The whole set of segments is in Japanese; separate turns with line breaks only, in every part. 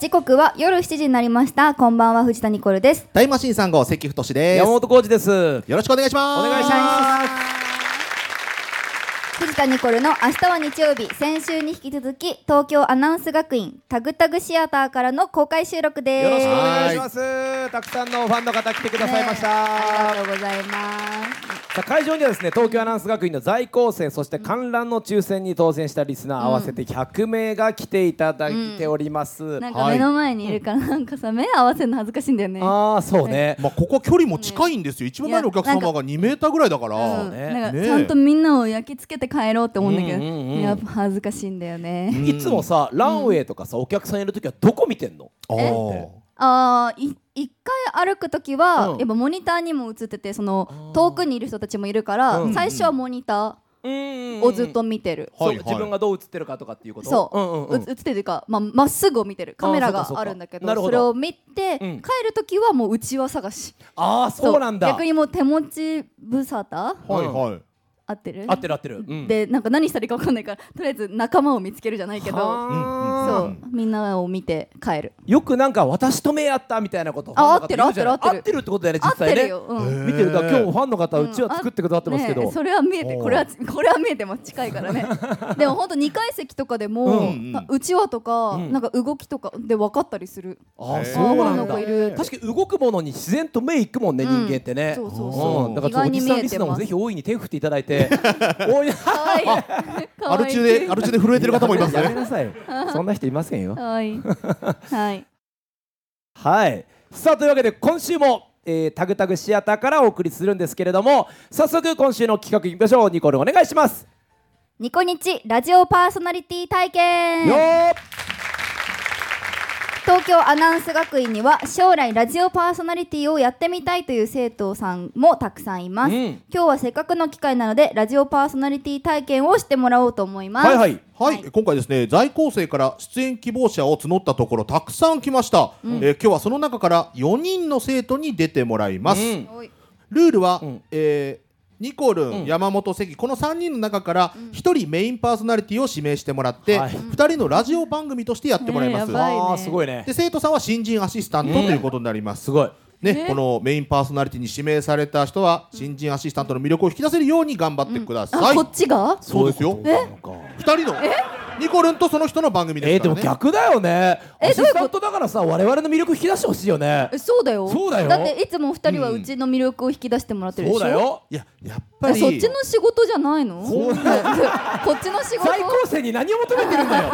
時刻は夜7時になりましたこんばんは藤田ニコルです
タイムマシーン3号関太志です
山本浩二です。お
よろしくお願いします
願いします。
藤田ニコルの明日は日曜日先週に引き続き東京アナウンス学院タグタグシアターからの公開収録です
よろしくお
は
願い
い
します。たくさんのファンの方来てくださいました。
ねありがとうございます
さあ会場にはですね東京アナウンス学院の在校生そして観覧の抽選に当選したリスナー合わせて100名が来ていただいております。
なんか
はい
目の前にいるからなんかさ目合わせるの恥ずかしいんだよね
ああそうね。
まあここ距離も近いんですよ一番前のお客
いや
様が2メーターぐらいだから、
うん
ね
なんか
ね
ちゃんとみんなを焼き付けて帰ろうって思うんだけど、
うんうんうん
やっぱ恥ずかしいんだよね、
いつもさランウェイとかさお客さんいるときはどこ見てんの？
あー
ああい一回歩く時は、
うん
やっぱモニターにも映っててその遠くにいる人たちもいるから、
うん
最初はモニタ
うん
ーをずっと見てる、
そう
はいはい
自分がどう映ってるかとかっていうこと。
そう,、
うんうんうん
映ってるというかまあ、まっすぐを見てるカメラ
あー
が
そうかそうか
あるんだけど
なるほ
そ
ど
れを見て、
うん
帰る時はもううちわ探し
ああ そうなんだ。
逆にもう手持ち無沙汰
はいはい、
合ってる
合ってる合ってる。うん
でなんか何したらいいか分かんないからとりあえず仲間を見つけるじゃないけど
はー
そうみんなを見て帰る
よくなんか私と目合ったみたいなこと
あ
ファンの方言うじゃない
合ってる合ってる合ってる
合ってるってことだよね
合っ
実
て
際
る
ね
よ、うん
へー
見てるから今日ファンの方
うん
うちは作ってくださってますけ
ね
ど
えそれは見えて
おー
これはこれは見えても近いから ねでも本当二階席とかで
うん
も
うん
うちわとか
うん
なんか動きとかで分かったりする
ああ
へー
そう
あ
な
ー
ん
なん
だ
かいる
確かに動くものに自然と目いくもんね
うん
人間ってね
そうそう
そう
うんだからちょっとおじさんリスナーもぜひ大いに手振っていただいて大いに
かわいい
アル中でアル中で震えてる方もいます
やめ
ね
なさいよそんな人いませんよ
かわ いいはい
はいさあというわけで今週もえータグタグシアターからお送りするんですけれども早速今週の企画いきましょうニコルお願いします
ニコニチラジオパーソナリティ体験
よー
東京アナウンス学院には将来ラジオパーソナリティをやってみたいという生徒さんもたくさんいます、
うん
今日はせっかくの機会なのでラジオパーソナリティ体験をしてもらおうと思います
はいはい
はい、
は
今回ですね在校生から出演希望者を募ったところたくさん来ました、えー今日はその中から4人の生徒に出てもらいます、
うん
おい
ルールは、
ん
えーニコルン、山本関この3人の中から1人メインパーソナリティを指名してもらって、
はい
2人のラジオ番組としてやってもらいます、
ねえやばいね
あーすごいね
で生徒さんは新人アシスタントということになります、
すごい
ね
ね
このメインパーソナリティに指名された人は新人アシスタントの魅力を引き出せるように頑張ってくだ
あ
さい、
こっちが
そうですよ
どいことなのか
2人のニコルンとその人の番組
え
で
ー、
すから
でも
ね、
逆だよね。
え
アシスタントだからさ、我々の魅力引き出してほしいよね
え。そうだよ
そうだよ
っていつもお二人はうちの魅力を引き出してもらってるでし
そ
ょ
うだよ。
いややっぱ
え
り
そっちの仕事じゃないの
そ
こ
う
っちの仕事
在校生に何を求めてるんだよ。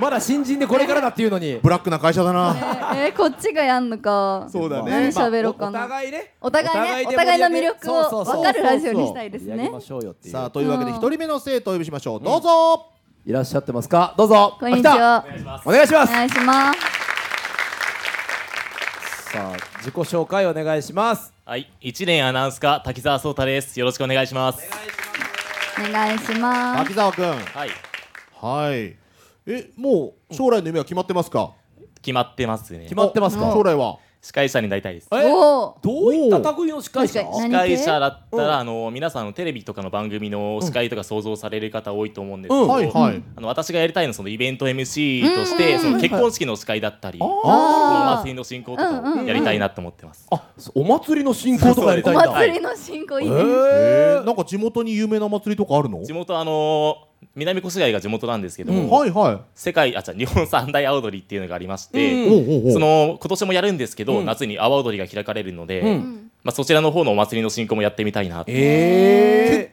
まだ新人でこれからだっていうのに。
ブラックな会社だな、
えーこっちがやんのか
そうだね
何喋ろうか
まあお
な、
互いね。
お互いね
で盛り上げ
お互いの魅力を
そうそうそう
分かるラジオにしたいですね
そうそうそう盛り上げましょうよっていう
さあというわけで
うん
1人目の生徒をお呼びしましょうどうぞ、
いらっしゃってますか。どうぞ。
こんにちは
あ。来たお願いしま
お
す。
願いします
さあ、自己紹介お願いします。
はい、一年アナウンス課滝沢壮太です。よろしくお願いします。
お願いします
滝沢君
はい、
はいえもう将来の夢は決まってますか
決まってますね
決。まってますか。
将来は
司会者になりたいです。
え
おお
どういった類の司会者
確かに何
司
系
会者だっ
う
た
ん
ら、あの皆さんのテレビとかの番組の司会とか想像される方多いと思うんですけ
うん
ど、
はいはい、
あの私がやりたいのはそのイベント MC として、その結婚式の司会だったり、この
あー
祭りの進行とかをやりたいなと思ってます。
あ、そうお祭りの進行とかやりた
お
いんだ。
祭りの進行いいね、
え
え
ー、なんか地元に有名な祭りとかあるの、
地元あの南越谷が地元なんですけども、
はいはい
世界あじゃあ日本三大阿波踊りっていうのがありまして、
うん
おうおうおう
その今年もやるんですけ
う
ど、
ん
夏に阿波踊りが開かれるので、
うん
まあ、そちらの方のお祭りの進行もやってみたいなと
え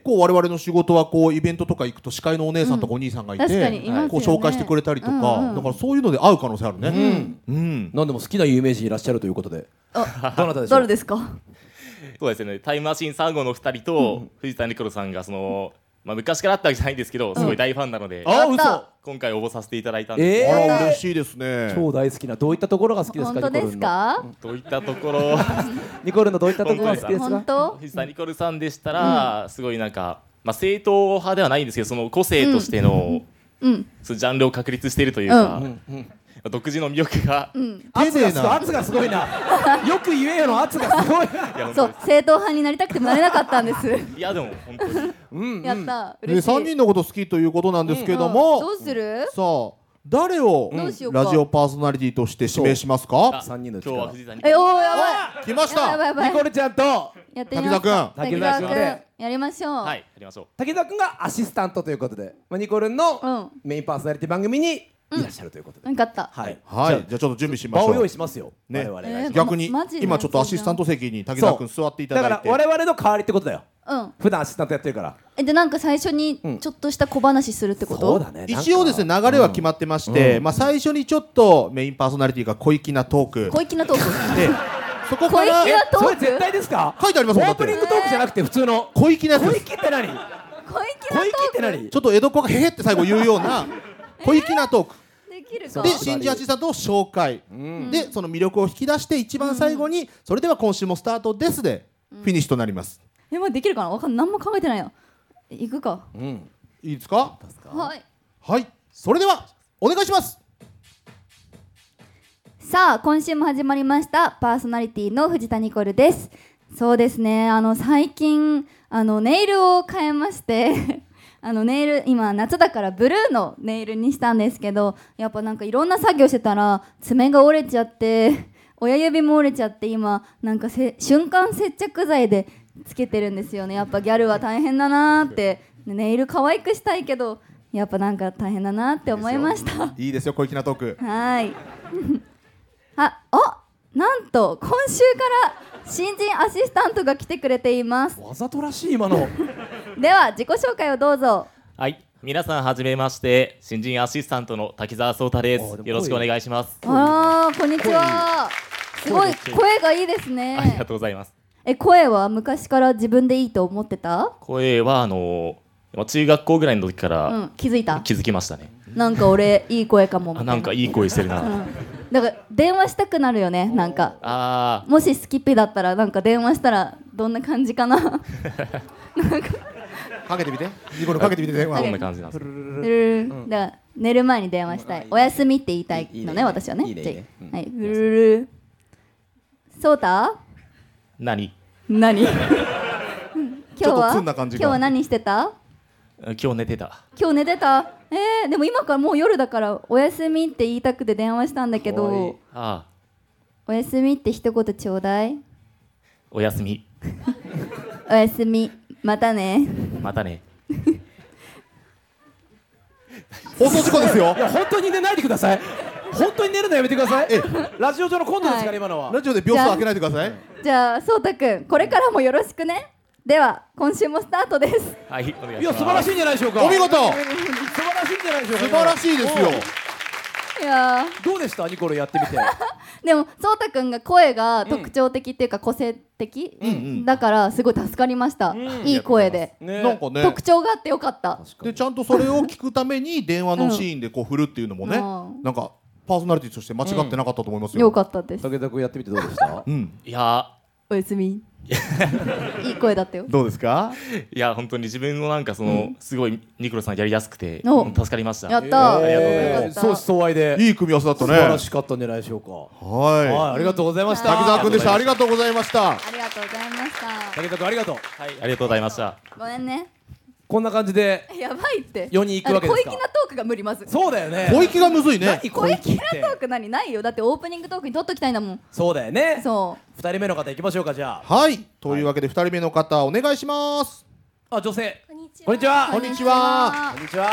結構我々の仕事はこうイベントとか行くと司会のお姉さんとかお兄さんがいて、
うん確かにいますよね
こう紹介してくれたりとか、
うんうん
だからそういうので会う可能性ある
ー。う
ね。
ん。
うん、
なんでも好きな有名人いらっしゃるということで。
あ
どなたでしょう
誰。ですか
そうですねタイムマシーン3号の2人と、藤田ニコルさんがその、まあ、昔からあったわけじゃないんですけどすごい大ファンなので、
あ、
やった
嘘。
今回応募させていただいたんです、
え
あら
ー
嬉しいですね。
超大好きなどういったところが好きです
本当
か
ですか
どういったところ
ニコルのニコルのどういったところが好きです
本
か
当
藤田ニコルさんでしたら、すごいなんか、まあ、正統派ではないんですけどその個性としての、
うん
そのジャンルを確立しているというか、
う
まあ独自の魅力が、
うん
丁
圧
寧
がすごい
な
圧がすごいな よく言えよの圧がすごい
いや
そ
本当
う正
で
統派になりたくてもなれなかったんです
すいやでも本当に
うん
やった嬉
ね、
しい、
三人のこと好好きということなんですけど
うんど
も、
うする
さあ誰を
どうしようか
ラジオパーソナリティとして指名しますか
三人の
今日 は藤谷
えおーやば
来ま
い
し
やばい
た
やばい
ニコルちゃんと
やってみ
滝
ます
沢
か滝
君
滝
沢
沢君
君
で
やりましょう
はいやりましょう
滝沢くんがアシスタントということで、まあ、ニコルンの
うん
メインパーソナリティ番組にいらっしゃるということで、
よかった
はい、
はい
じ
じゃあちょっと準備し
ゃあ
ま
場
し
を
ょ
用
う
意しますよ、
ね
我々
えー
逆に
まマジで
今ちょっとアシスタント席に滝沢君座っていただいて
そうだから我々の代わりってことだよ
うん
普段アシスタントやってるから
えでなんか最初にちょっとした小話するってこと、
そうだね
一応です
なん
ね
か
流れは決まってまして、まあ、最初にちょっとメインパーソナリティが小粋なトーク
小粋なト ー
でそこか
小粋
ら
な
えそれ絶対ですか
書いてあります
オ
もんだ
ー
って
プニングトークじゃなくて普通の
小粋なやつ
小
です
池って何
ク小粋
小
な
池って何
ちょっと江戸っ子がへへって最後言うよう な小粋なトーク
できるか
そう
で
あ
新人アシスタントを紹介でその魅力を引き出して一番最後に「それでは今週もスタートです」でフィニッシュとなります
えまあできるかなわかん何も考えてないよ行くか
いいですか
はい
はいそれではお願いします
さあ今週も始まりましたパーソナリティの藤田ニコルですそうですねあの最近あのネイルを変えまして あのネイル今夏だからブルーのネイルにしたんですけどやっぱなんかいろんな作業してたら爪が折れちゃって親指も折れちゃって今なんかせ瞬間接着剤でつけてるんですよねやっぱギャルは大変だなーってネイル可愛くしたいけどやっぱなんか大変だなって思いました
いいですよ小粋なトーク
はい。 あ、あ、なんと今週から新人アシスタントが来てくれています。
わざとらしい今の
では自己紹介をどうぞ。
はい皆さんはじめまして新人アシスタントの滝沢壮太で
あーですも
よろしくお願いします
あら、こんにちは。すごい声がいいです
ありが
ね。
とうございます
え、声は昔から自分でいいと思ってた？
声はあのーまあ中学校ぐらいの時か
う
ら
ん、気づいた。
気づきましたね
なんか俺いい声かもみた
あ
いな。
なんかいい声してるな、
うん。だから電話したくなるよね。なんか。
あ
もしスキッピだったらなんか電話したらどんな感じかな。
かけてみて ニコルかけてみて電
あ
話
こ
を
んな感じなんで
う
す
ん、だから寝る前に電話したい、おやすみって言いたい
いい
のね
ねいいね
私はね
いいねいいね
じゃあはいルルルそうた
何
何今日
ちょっと
は
ツンな
今
感じが
日は何してた
今日寝てた
今日寝てたえー、でも今からもう夜だからおやすみって言いたくて電話したんだけ
かわいい
ど
ああ
おやすみって一言ちょうだい
おやすみ
おやすみまたね
またね
放送事故ですよ
いや本当に寝ないでください本当に寝るのやめてください
え
ラジオ上のコントですから、
はい
今のは
ラジオで秒数開けないでください
じゃあそうたくんこれからもよろしくねでは今週もスタートです
はいお願いします
いや素晴らしいんじゃないでしょうか
お見事
素晴らしいんじゃないでしょうか
素晴らしいですよ
いやー
どうでしたニコルやってみて
でもそうたくんが声が特徴的っていうか個性的、
ん
だからすごい助かりました、いい声で、
ね
なんかね
特徴があってよかった
でちゃんとそれを聞くために電話のシーンでこう振るっていうのもね、
うん
なんかパーソナリティとして間違ってなかったと思いますよ。
よかったです
武田君やってみてどうでした
うん、
いや
おやす みいい声だったよ
どうですか？
いや本当に自分のなんかその、すごいニコルさんやりやすくて
お
助かりました
やった、
えーありがとうござ
よかっ
います
た
相思相愛で
いい組み合わせだった
素
ね。
晴らしかったんじゃないでしょうかはい
は
ありがとうございまし
い。
た
滝沢君でした。あり
が
がとうございました。
ありがとうございました
武田君ありがとう
はいありがとうございました
ごめんね
こんな感じで
やばいって
世に行くわけです
あの小
か
粋なトークが無理まず
そうだよね
小池がむずいね。
何
小
小
粋
池っ
な
て
トーク何ないよだってオープニングトークに取っときたいんだもん
そうだよね
そう
二人目の方行きましょうかじゃ
はい。というわけで二人目の方お願いします。
ああ女性
こんにち
はこんにちは
こんにちは
こんにちは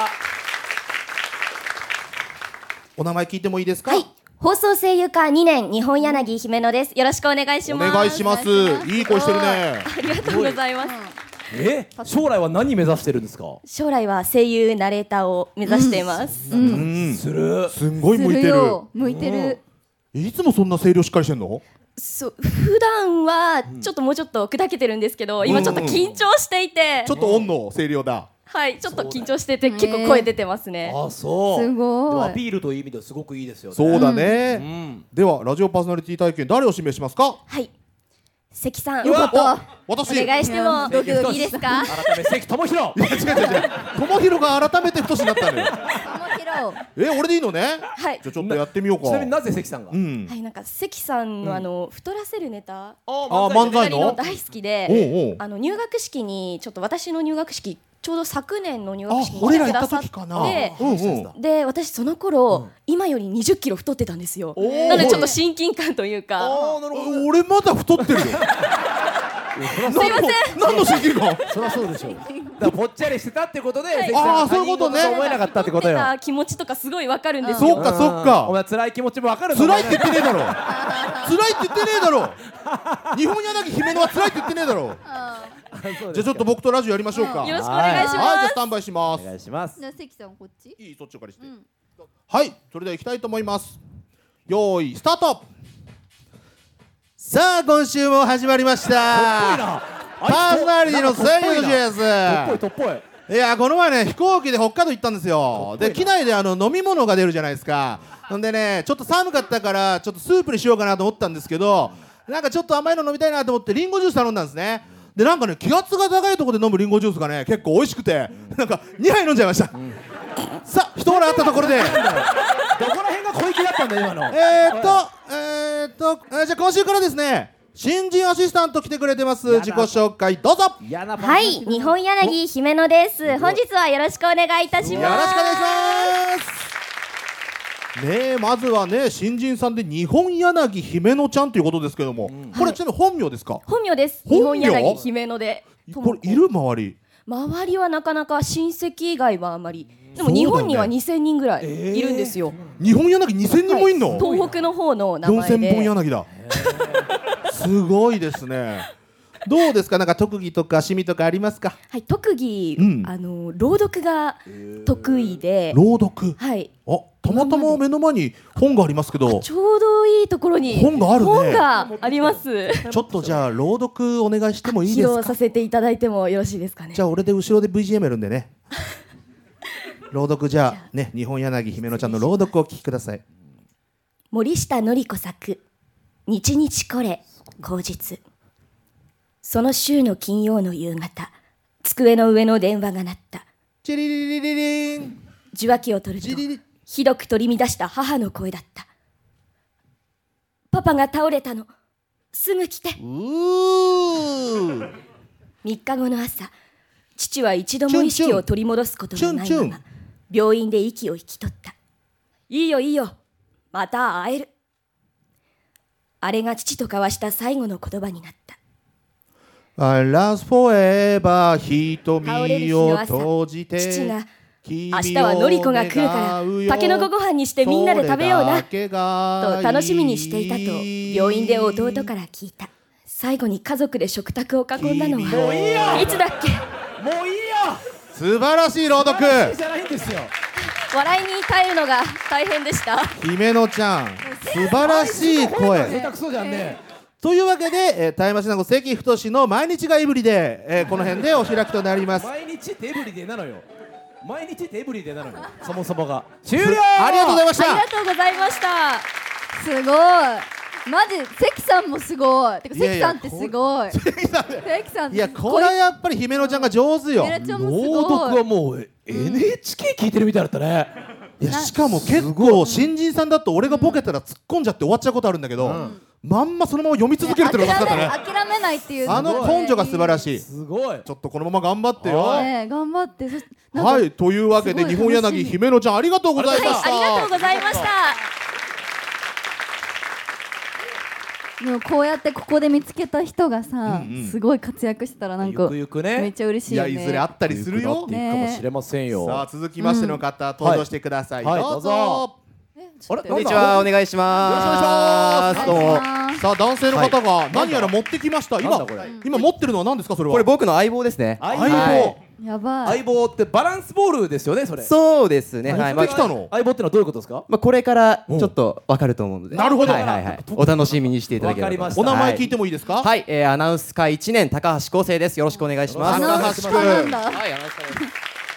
お名前聞いてもいいですか？
はい、放送声優科2年日本柳姫野です。よろしくお願いし
お
ます。
願いします。
お願いします
いい声してるね。
ありがとうございます。
え将来は何目指してるんですか
将来は声優ナレーターを目指しています。
うん。
する
すんごい
す
向いて
る
る。
よ向いてる
いつもそんな声量しっかりしてんの？
そう普段はちょっともうちょっと砕けてるんですけど、今ちょっと緊張していて
ちょ、っとオンの声量だ。
はい、ちょっと緊張してて
そうだ
結構声出てますね。
あそう
すごい
でもアピールという意味ですごくいいですよね
そうだ
う
ね。
ん
ではラジオパーソナリティ体験誰を指名しますか？
はい、関さん、
よ
お
かっ
お
た
私。
願いしても
ドキド
い
キ
いで すか？
改め関智 弘
違う違う違う。ともひろが改めて太しになったのよ。
面
え、俺でいいのね。
はい
じゃあちょっとやってみようか。
ちなみになぜ関さんが
うん
は。い、なんか関さんのあの太らせるネタ。
あ
あ、漫才
二人の
の。
大好き
お
で
うおう
あの入学式にちょっと私の入学式ちょうど昨年の入
あ
学式に
俺
来
ら行った
てくださって
時かなうんうん
で私その頃、今より20キロ太ってたんですよ
ー
なのでちょっと親近感という
あ
か
ーなるほど
俺まだ太ってるよ
すいません
何の親近感
そりゃそうでしょうだからぽっちゃりしてたってことで、関さん
あーそういうことね
他人の思えなかったってことよ
太てた気持ちとかすごいわかるんですよ
そうかそっか
お前辛い気持ちもわかるんだもん
辛
ね
いって言ってねえだろ辛いって言ってねえだろ日本柳姫野は辛いって言ってねえだろ
そう
じゃ
で
あ
す
ちょっと僕とラジオやりましょうか
よろしくお願い
はい、
し
じゃあ
ま
ス
す
タンバイしま
お
す。
願いします
じゃあ関さんこっち
いい、そっちからして。
ん
はい、それでは行きたいと思います。よーい、スタート。さあ、今週も始まりました。パーソナリティの千
ト
人です。
っぽいとっぽい
いやこの前ね飛行機で北海道行ったんですよ
かっこいいな
で機内であの飲み物が出るじゃないですかほんでねちょっと寒かったからちょっとスープにしようかなと思ったんですけどなんかちょっと甘いの飲みたいなと思ってリンゴジュース頼んだんですねでなんかね気圧が高いところで飲むリンゴジュースがね結構美味しくてなんか2杯飲んじゃいました、さあ一腹あったところ で
どこら辺が小粋だったんだ今の
えーっとえーっと、えーじゃあ今週からですね新人アシスタント来てくれてます
やだ
自己紹介どうぞよ
嫌なパン
はい、日本柳姫野です。本日はよろしくお願いいたし
ろしくお
ます。
願いしますねえまずはね新人さんで日本柳姫野ちゃんということですけども、これちなみに本名ですか、
本名です
本名
日本柳姫野でとも
これいる周り
周りはなかなか親戚以外はあまり
そ
でも
うだよね
日本には2000人ぐらいいるんですよ、
日本柳2000人もいんの、
東北の方の名
四
前
千本
で
柳だ。すごいですね。どうですか、なんか特技とか趣味とかありますか。
はい、特技、
うん
あの朗読が得意で、
朗読。
はい、
あ、たまたま目の前に本がありますけど。
ちょうどいいところに
本があるね
本があります。
ちょっとじゃあ朗読お願いしてもいい
披
です
露
か
さ。せていただいてもよろしいですかね
じ。ゃあ俺で後ろで BGM やるんで ね。朗読じゃあね、日本柳姫野ちゃんの朗読をお聞きください。
森下典子作「日々これ口実」その週の金曜の夕方机の上の電話が鳴った
チリリリリリン。
受話器を取る
チ
と
リリ。
ひどく取り乱した母の声だったパパが倒れたのすぐ来て
うー。
3日後の朝父は一度も意識を取り戻すことのない
チュンチュ
ま
ン
ま病院で息を引き取ったいいよいいよまた会えるあれが父と交わした最後の言葉になった
I last forever 瞳を閉じて
倒れる日
君を
の朝明日はのりこが来るからタケノコご飯にしてみんなで食べようなと
と
楽しみにしていたと病院で弟から聞いた最後に家族で食卓を囲んだの
君を
はいつだっけ
もういいよ
素晴らしい朗読
話じゃないんですよ
笑いに耐えるのが大変でした
姫野ちゃん素晴らしい
下手
声
くそじゃんね
というわけで、えー、タイマシナゴ関太の毎日がいぶりで、えーこの辺でお開きとなります
毎日デブリでなのよ毎日デブリでなのよそもそもが終了
ありがとうございまし
あり
た
がとうございました
すごいマジ関さんもすごいてか
いやい
関
や
さんってすごい関さん
いやこれはやっぱり姫野ちゃんが上手よ
姫野ちゃんもすごい
朗読はもう NHK 聞いてるみたいだったね
いやしかも結構新人さんだと俺がボケたら突っ込んじゃって終わっちゃうことあるんだけど、まんまそのまま読み続けるっていうのが分かっ
諦め
たね
諦めないっていう
あの根性が素晴ら
し
しいち
すごい
ょっとこのまま頑張ってよ
は
ねえ頑張ってそしなんか
はいというわけで日
す
本
ごい楽しみ
柳姫野ちゃんありがとうございました、
ありがとうございました
でもこうやってここで見つけた人がさ、
うんうん
すごい活躍してたらなんか
ゆくゆくね
めっちゃ嬉しい
い
よ
や
ね
いずれあったりするよ、
っていくかもしれませんよ
さあ続きましての方、登場してください、
はい
どうぞ,、
あれ
こ
こんにちは、お願いします。
よろしく
どう
お願
も。
さあ男性の方が何やら持ってきました
なん
今
だこれ
今持ってるのは何ですかそれは
これ僕の相棒ですね。
相
相棒、
はい
やばい
相棒ってバランスボールですよねそれ
そうですね。はい、
持
ま
って
あ
きたの
相棒ってのはどういうことですか
まあこれからちょっとわかると思うので。
なるほど
はいはいはい。お楽しみにしていただければと思いす。
お名前聞い
て
てもいいですか、
はい、えーアナウンス会一年高橋光生です。よろしくお願いしま
ア
す。
よろしくお願いし
ナウンサーなんだ
はい、アナウンス会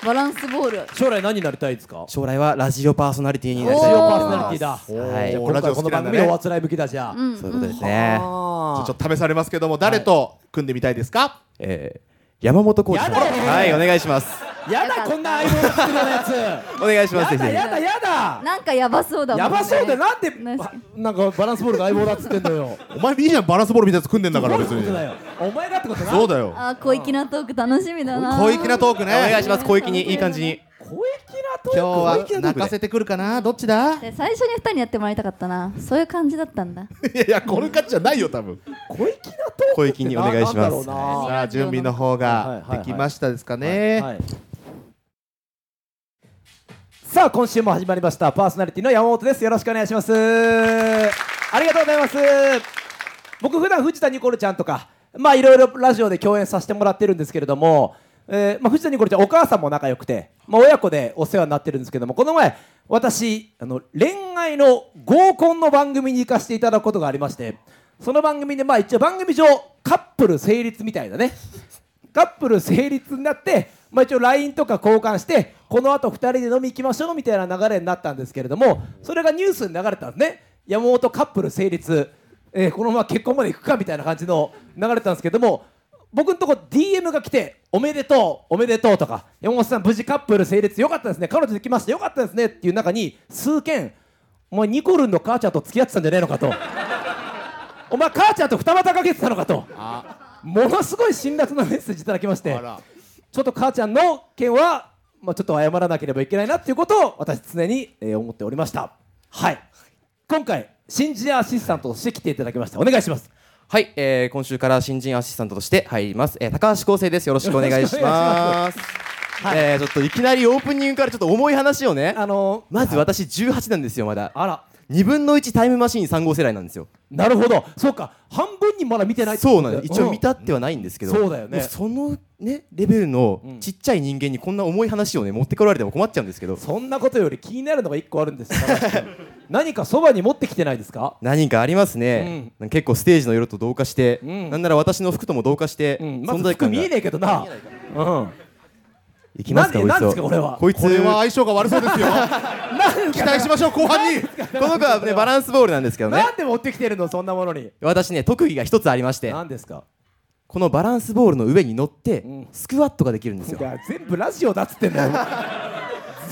バランスボール
将来何になりたいですか
将来はラジオパーソナリティになり
ラ
た
ジ
い
オ
と
パ
思
ーソ
い
ナ
ます。はい
リティだじゃあ
おー
今
ラジ
回
オ好
この
きなん
番
だ
組
ね
のおあつらい向きだじゃあ
うん
そういうことですね。
あ
ちょっと試されますけども誰と組んでみたいですか、
えー山本浩二さん。
やだ
はい、お願いします。
やだこんな相棒の作るようなやつ
お願いしますぜ
やだ
ひ
やだやだ
なんかやばそうだもん、
やばそうでなんで
確か
なんかバランスボールが相棒だっつってんだよ
お前いいじゃんバランスボールみたいなの組んでんだから別
そういうことだ
に
よお前がってことな
そうだよ
あー小粋なトーク楽しみだな
小粋なトークね
お願いします小粋にいい感じに
小粋なトーク
今日
小
は
粋な
泣
トー
か
ク で
せてくるかなどっちだい
で最初に二人にやってもらいたかったなそういう感じだったんだ
やいやこれかっじゃないよ多分
小粋なトーク
小粋にお願いしま
なんだろう
す
な
さあ準備の方ができましたですか
はい
ね
はいさあ今週も始まりましたパーソナリティの山本ですよろしくお願いしますありがとうございます僕普段藤田ニコルちゃんとかまあいろいろラジオで共演させてもらってるんですけれども、えーまあ、藤田ニコルちゃんお母さんも仲良くて、まあ、親子でお世話になってるんですけどもこの前私あの恋愛の合コンの番組に行かせていただくことがありましてその番組でまあ一応番組上カップル成立みたいなねカップル成立になって、まあ、一応 LINE とか交換してこのあと2人で飲み行きましょうみたいな流れになったんですけれどもそれがニュースに流れたんですね山本カップル成立、えーこのまま結婚まで行くかみたいな感じの流れたんですけども僕のとこ DM が来て「おめでとうおめでとう」とか「山本さん無事カップル成立よかったですね彼女できましたよかったですね」っていう中に数件「お前ニコルンの母ちゃんと付き合ってたんじゃねえのか」と「お前母ちゃんと二股かけてたのか」と。ものすごい辛辣なメッセージいただきまして
あら
ちょっと母ちゃんの件は、まあ、ちょっと謝らなければいけないなっていうことを私常に、えー思っておりましたはい今回新人アシスタントとして来ていただきましたお願いします
はい、えー今週から新人アシスタントとして入ります、えー高橋光生ですよろしくお願いし ますえーちょっといきなりオープニングからちょっと重い話をね
あのー
まず私18なんですよまだ
あら
2分の1タイムマシーン3号世代なんですよ
なるほどそうか半分にまだ見てないってこ
そう
と
な
だ
ん
よ
です一応見たってはないんですけど、
うんそうだよね
もそのねレベルのちっちゃい人間にこんな重い話をね持ってこられても困っちゃうんですけど
そんなことより気になるのが一個ある んですよ高橋君何かそばに持ってきてないですか
何かありますね、結構ステージの夜と同化して、
うん
なんなら私の服とも同化して、
うん、ま
存
ず
在
服
感
見
が
えねえけどなうん
いきますか
なんで
こいつを
なんですかこれは
こいつ
これは相性が悪そうですよ
な ん
期待しましょう後半に
この子はねバランスボールなんですけどね
なんで持ってきてるのそんなものに
私ね特技が一つありまして
何ですか
このバランスボールの上に乗って、
うん
スクワットができるんですよ
いや全部ラジオだっつってんだ よ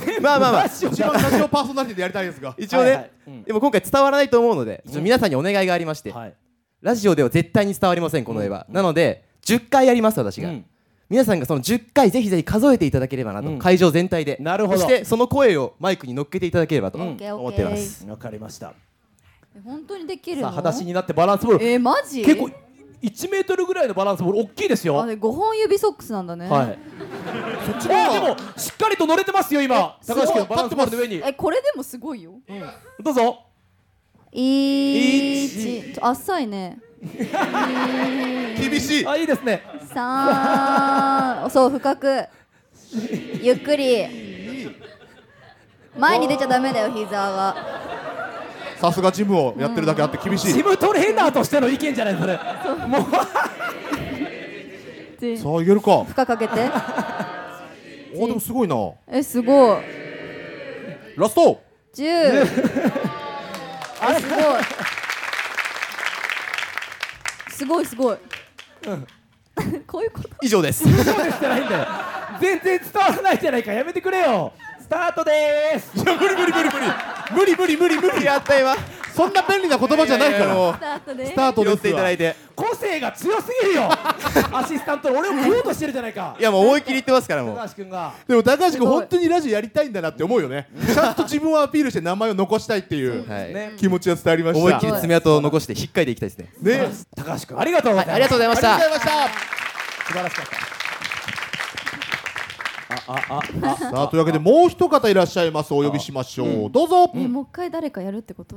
全部
まあまあまあ
ラジオ
一
だ
番ラジオパーソナリティでやりたいですが
一応ね、
はいはいうん
でも今回伝わらないと思うので、ちょっと皆さんにお願いがありまして、
はい
ラジオでは絶対に伝わりませんこの絵は、なので10回やります私が、
うん
皆さんがその10回ぜひぜひ数えていただければなと、
うん
会場全体で
なるほど
そしてその声をマイクに乗っけていただければと
うん
思っています、
わかりました
本当にできる
さあ
の
裸足になってバランスボール
えー、マジ
結構1メートルぐらいのバランスボール大きいですよ
あ
はい
で5本指ソックスなんだね、
そっち
あで
の方
も
が
しっかりと乗れてますよ今
す
高
ごい
橋君バランスボールの上に
えこれでもすごいよ、
どうぞ
一ちょ浅いね
厳しい
あいいですね
三そう深くゆっくり前に出ちゃダメだよ膝が
さすがジムをやってるだけあって厳し
ジ
い
ムトレーナーとしての意見じゃないそれもう
さあいけるかあ
負荷かけて
でもすごいな
えすごい
ラスト
10
あれ
すごいすごい、こういうこと
以上です
そうですじゃないんだよ全然伝わらないじゃないかやめてくれよスタートでーす
いや無理無理無理無理無理無理無理無理やった今そんな便利な言葉じゃないか
いやいやいやも
ら
う
スタートです
スタート
寄
で
っ
す
ていただいて
個性が強すぎるよアシスタントの俺を食おうとしてるじゃないか
いやもう思いっきり言ってますからもう
高橋君が
でも高橋
すご
君
い
本当にラジオやりたいんだなって思うよねちゃんと自分をアピールして名前を残したいっていう
はい
ね
気持ちが伝わりました
思いっきり爪痕を残して引っかいていきたいですね
ね
高橋君ありがとうございます、
ありがとうございまし
あ
た
りがとうございまし
素晴らしかったああ
た
あ
さあというわけでもう一方いらっしゃいますお呼びしましょう、どうぞ
えもう一回誰かやるってこと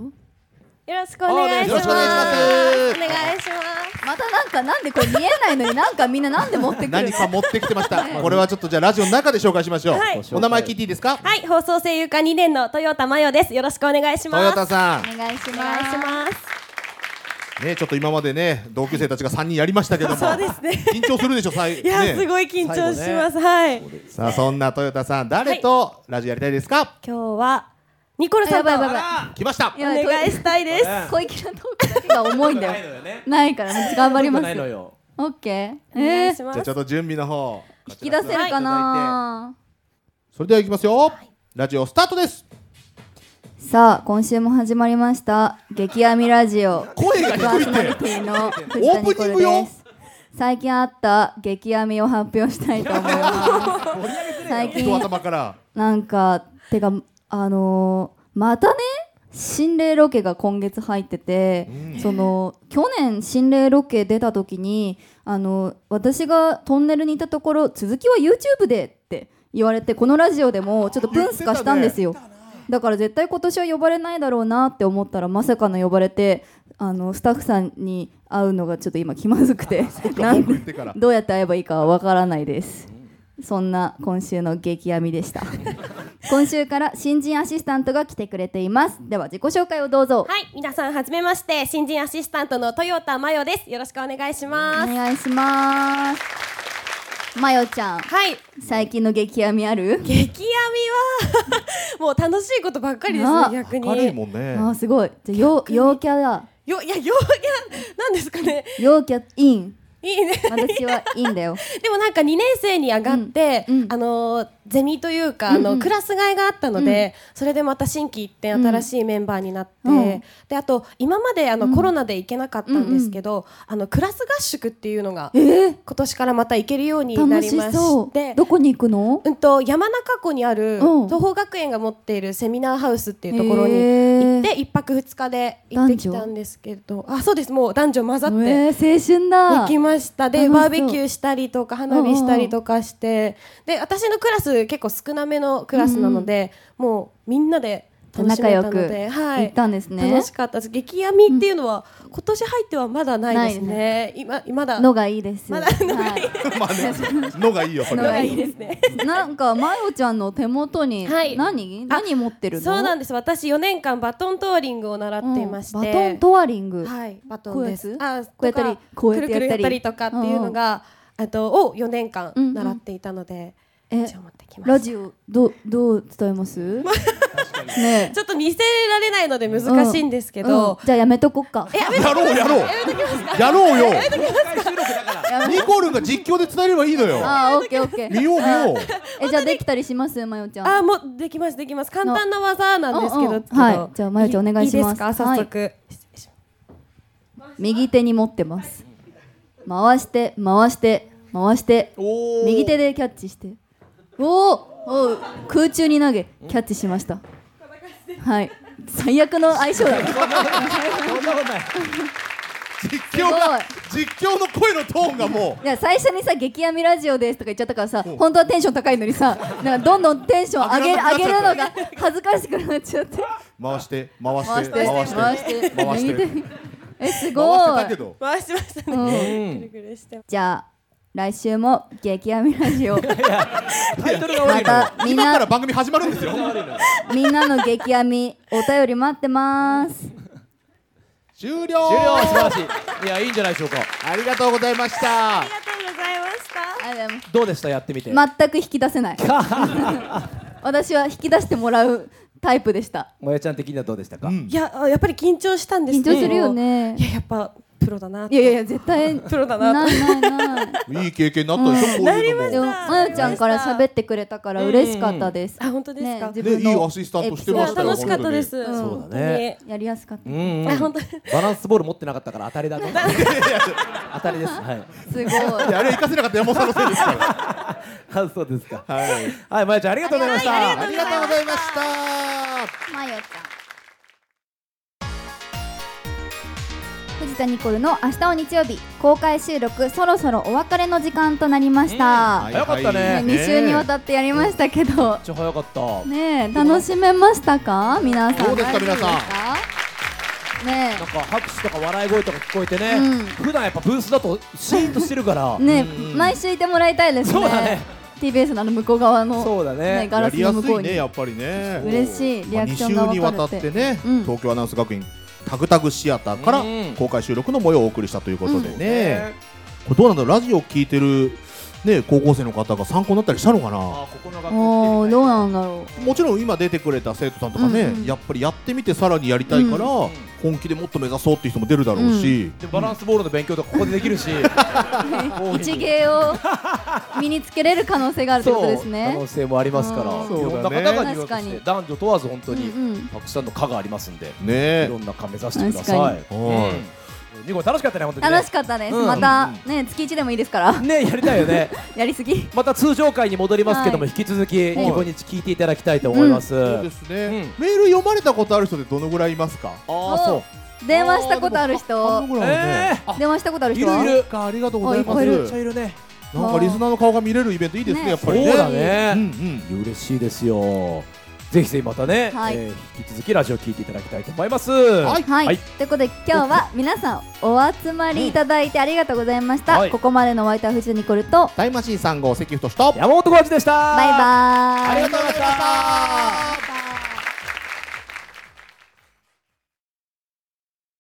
よろしくお願いします。
よろしくお願いします
お願いします。
またなんかなんでこれ見えないのになんかみんななんで持ってくる
何か持ってきてましたこれはちょっとじゃあラジオの中で紹介しましょう、
はい
お名前聞いていいですか、
はい、放送声優化2年の豊田真代です。よろしくお願いし
ト
ます。
ヨタさん
お願いし
お
ま
願い
す
します。
ねちょっと今までね同級生たちが三人やりましたけども
そうですね
緊張するでしょ 最
いや、
ね
すごい緊張します。はい。今
さあそんなトヨタさん誰とラジオやりたいですか、
日はニコルさんと
やばいやばいやばい
お
来ました
ばい
願いしたいです。
小粋なトークだけが重いんだよないからね頑張ります
ないのよ
オッケー
お願
え
いし
ー
ま
じゃあち
す
ょっ。と準備の方
引き出せるかな
それではいきますよ、ラジオスタートです
さあ今週も始まりました激アミラジオ
声が低いって
パーソナリティの藤田ニコル
オープニング
で
よ
す最近あった激アミを発表したいと思います最
人
近
頭から
なんかてかあのーまたね心霊ロケが今月入ってて、その去年心霊ロケ出た時にあの私がトンネルにいたところ続きは YouTube でって言われてこのラジオでもちょっとプンス化したんですよ、だから絶対今年は呼ばれないだろうなって思ったらまさかの呼ばれてあのスタッフさんに会うのがちょっと今気まずく てなん
文句言ってから
どうやって会えばいいかはわからないですそんな今週の激アミでした 今週から新人アシスタントが来てくれていますでは自己紹介をどうぞ、
はい、皆さんはじめまして、新人アシスタントの豊田真代です。よろしくお願いしま
お
す。
願いしますまよちゃん
はい、
最近の激アミある
激闇は もう楽しいことばっかりですね
な、
逆に。
明るいもんね
あーすごいじゃあよ陽キャだ
よいや、よいや、なんですかね。
陽キャイン
いいね。
私はいいんだよ
でもなんか2年生に上がって、
うんうん
あのーゼミというか、あのクラス替えがあったので、それでまた新規一転新しいメンバーになって、
うん
であと今まであの、コロナで行けなかったんですけど、あのクラス合宿っていうのが今年からまた行けるようにな
楽
り
し
ま
そ
し
う
て。
どこに行くの
うんと山中湖にある
うん
東邦学園が持っているセミナーハウスっていうところに
へ
行
ー
って一泊二日で行ってきたんですけどあそうですもう男女混ざって、
えー、青春だ
行きました
楽
で
しそう
バーベキューしたりとか花火したりとかしてで私のクラス結構少なめのクラスなので、もうみんなで楽し
仲
め
良
たの
く
で、はい、
行ったんですね
楽しかったです激闇っていうのは、今年入ってはまだないですね今まだ
のがいいです
まだのがいい
は
まあねのがいいよそれ
の
は
が
いいですね
いなんかまよちゃんの手元に
はい
何、
あ
何持ってるの
そうなんです私4年間バトントーリングを習っていまして、
うんバトントワリング、
はい、バトンです。
こうや
あ、
こうやったり
とか
こうやって
くるくる
や
や
っ
ったた
り
りとかっていうのが、えっとを4年間
うんうん
習っていたので、
え
一応持ってきま
ラ
した。
ジオどどう伝えます ねえ
ちょっと見せられないので難しいんですけ
うん
ど、
じゃあやめとこっか
やろうやろうやろうよニコルンが実況で伝えればいいのよ
あーオッケーオッケー
見よう見よう
えじゃあできたりしますまよちゃん
あ、もうできますできます。簡単な技なんですけ
うんう
ど
ん
ちょっと、
はいじゃあまゆちゃんお願いします
いですか、早速。失礼します
右手に持ってます回して回して回して
おー
右手でキャッチしておーおう空中に投げキャッチしましたはい最悪の相性だ
そんなことない
実況が実況の声のトーンがも
いや最初にさ「激アミラジオです」とか言っちゃったからさ本当はテンション高いのにさなんかどんどんテンション上げ上げるのが恥ずかしくなっちゃって
う回して回
回
し
してて
回
回
して
して
回して
右手えすごい
回してたけど
回しましたね。
うん
ぐるぐるして
じゃあ来週も「激アミラジオ」
タイトルが
ま
悪いのよ
たみん
今から
な
番組始まるんですよ
みんなの激アミお便り待ってます
終了
終了素晴らしいいやいいんじゃないでしょうか
ありがとうございました
ありがとうございました。
あでも
どうでしたやってみて、
全く引き出せない私は引き出してもらうタイプでした
もやちゃん的にはどうでしたか、
いや、あやっぱり緊張したんです
緊
けど。
張するよ。ね
いや、やっぱプロだなって。
いやいやいや絶対
プロだなと
ないないない
いい経験になったでしょこういうのも
でもまゆちゃんから喋ってくれたから嬉しかったです。
あ、本当ですか。
ね自
ね、
分
い
の
いアシスタントして
い
ま
や
したよ。
楽しかったです。
ん
そう
だね。
やりやすかった。
うん
あ本当に
バランスボール持ってなかったから当たりだね当たりですはい
すごい。
本当に。いやあれは活かせなかった山本さんのせいですから。
あそうですか
はい。
はいまやちゃんありがとうございました、
ありがとうございました。
まゆちゃん。藤田ニコルの明日を日曜日公開収録そろそろお別れの時間となりました。
はい
早かったね
ね
はい
二週にわ
った
ってやりましたけど
めっ、ちゃ早かった
ねえ楽しめましたか皆さん。
どうですか皆さん
大丈夫ですか。ね
なんか拍手とか笑い声とか聞こえてね、
うん
普段やっぱブースだとシーンとしてるから、
えねえ毎週いてもらいたいですね。
そうだね
TBS のあの向こう側の
そうだね
ガ
や
ラス
りや
の
す
向こ
いう
に
ね、やっぱりね。
嬉しいリアクションが
まあ二週にわ
分
た
か
っ
るって
てね、
うん
東京アナウンス学院タグタグシアターから
うん
公開収録の模様をお送りしたということでね。これどうなんだろうラジオ聞いてるね高校生の方が参考になったりしたのかな
あここの学
お
校
ーどうなんだろ
もちろん今出てくれた生徒さんとかね、
うんうん
やっぱりやってみてさらにやりたいから、
ん
本気でもっと目指そうっていう人も出るだろうし、
でバランスボールの勉強とかここでできるし
う一芸を身につけれる可能性があるってことです
可
ね
能性もありますからい
あー
ろん
そうだ
な
ね
方が入
確
学し
か
て
に
男女問わず本当
うんう
に
ん
たくさんの科がありますんで
ね
い
え
ろんな科目指してくださ
確
い
は
うんニコ楽しかったね本当にね
楽しかったです、
うん
またね月一でもいいですから
ねやりたいよね
やりすぎ
また通常回に戻りますけども
は
引き続き
はい
ニコニチ聞いていただきたいと思います
そう
あ
ですね、メール読まれたことある人ってどのぐらいいますか
あーそう
電話したことある人
ぐ
ええ
電話したことある人
いるいる
なんかありがとうございま
あ
す
いっぱいい
めっちゃいるね
なんかリスナーの顔が見れるイベントいいですね
ね
やっぱ
そう
りね
だ
うん
ね
うん
いや嬉しいですよぜひぜひまたね
はい
えー引き続きラジオ聞いていただきたいと思います
はい、
はい
ということで今日は皆さんお集まりいただいてありがとうございました、
はい
ここまでのお相手は藤田ニコルと
タイムマシーン3号関太と
山本浩二でした
バイバーイ
ありがとうございました
バイ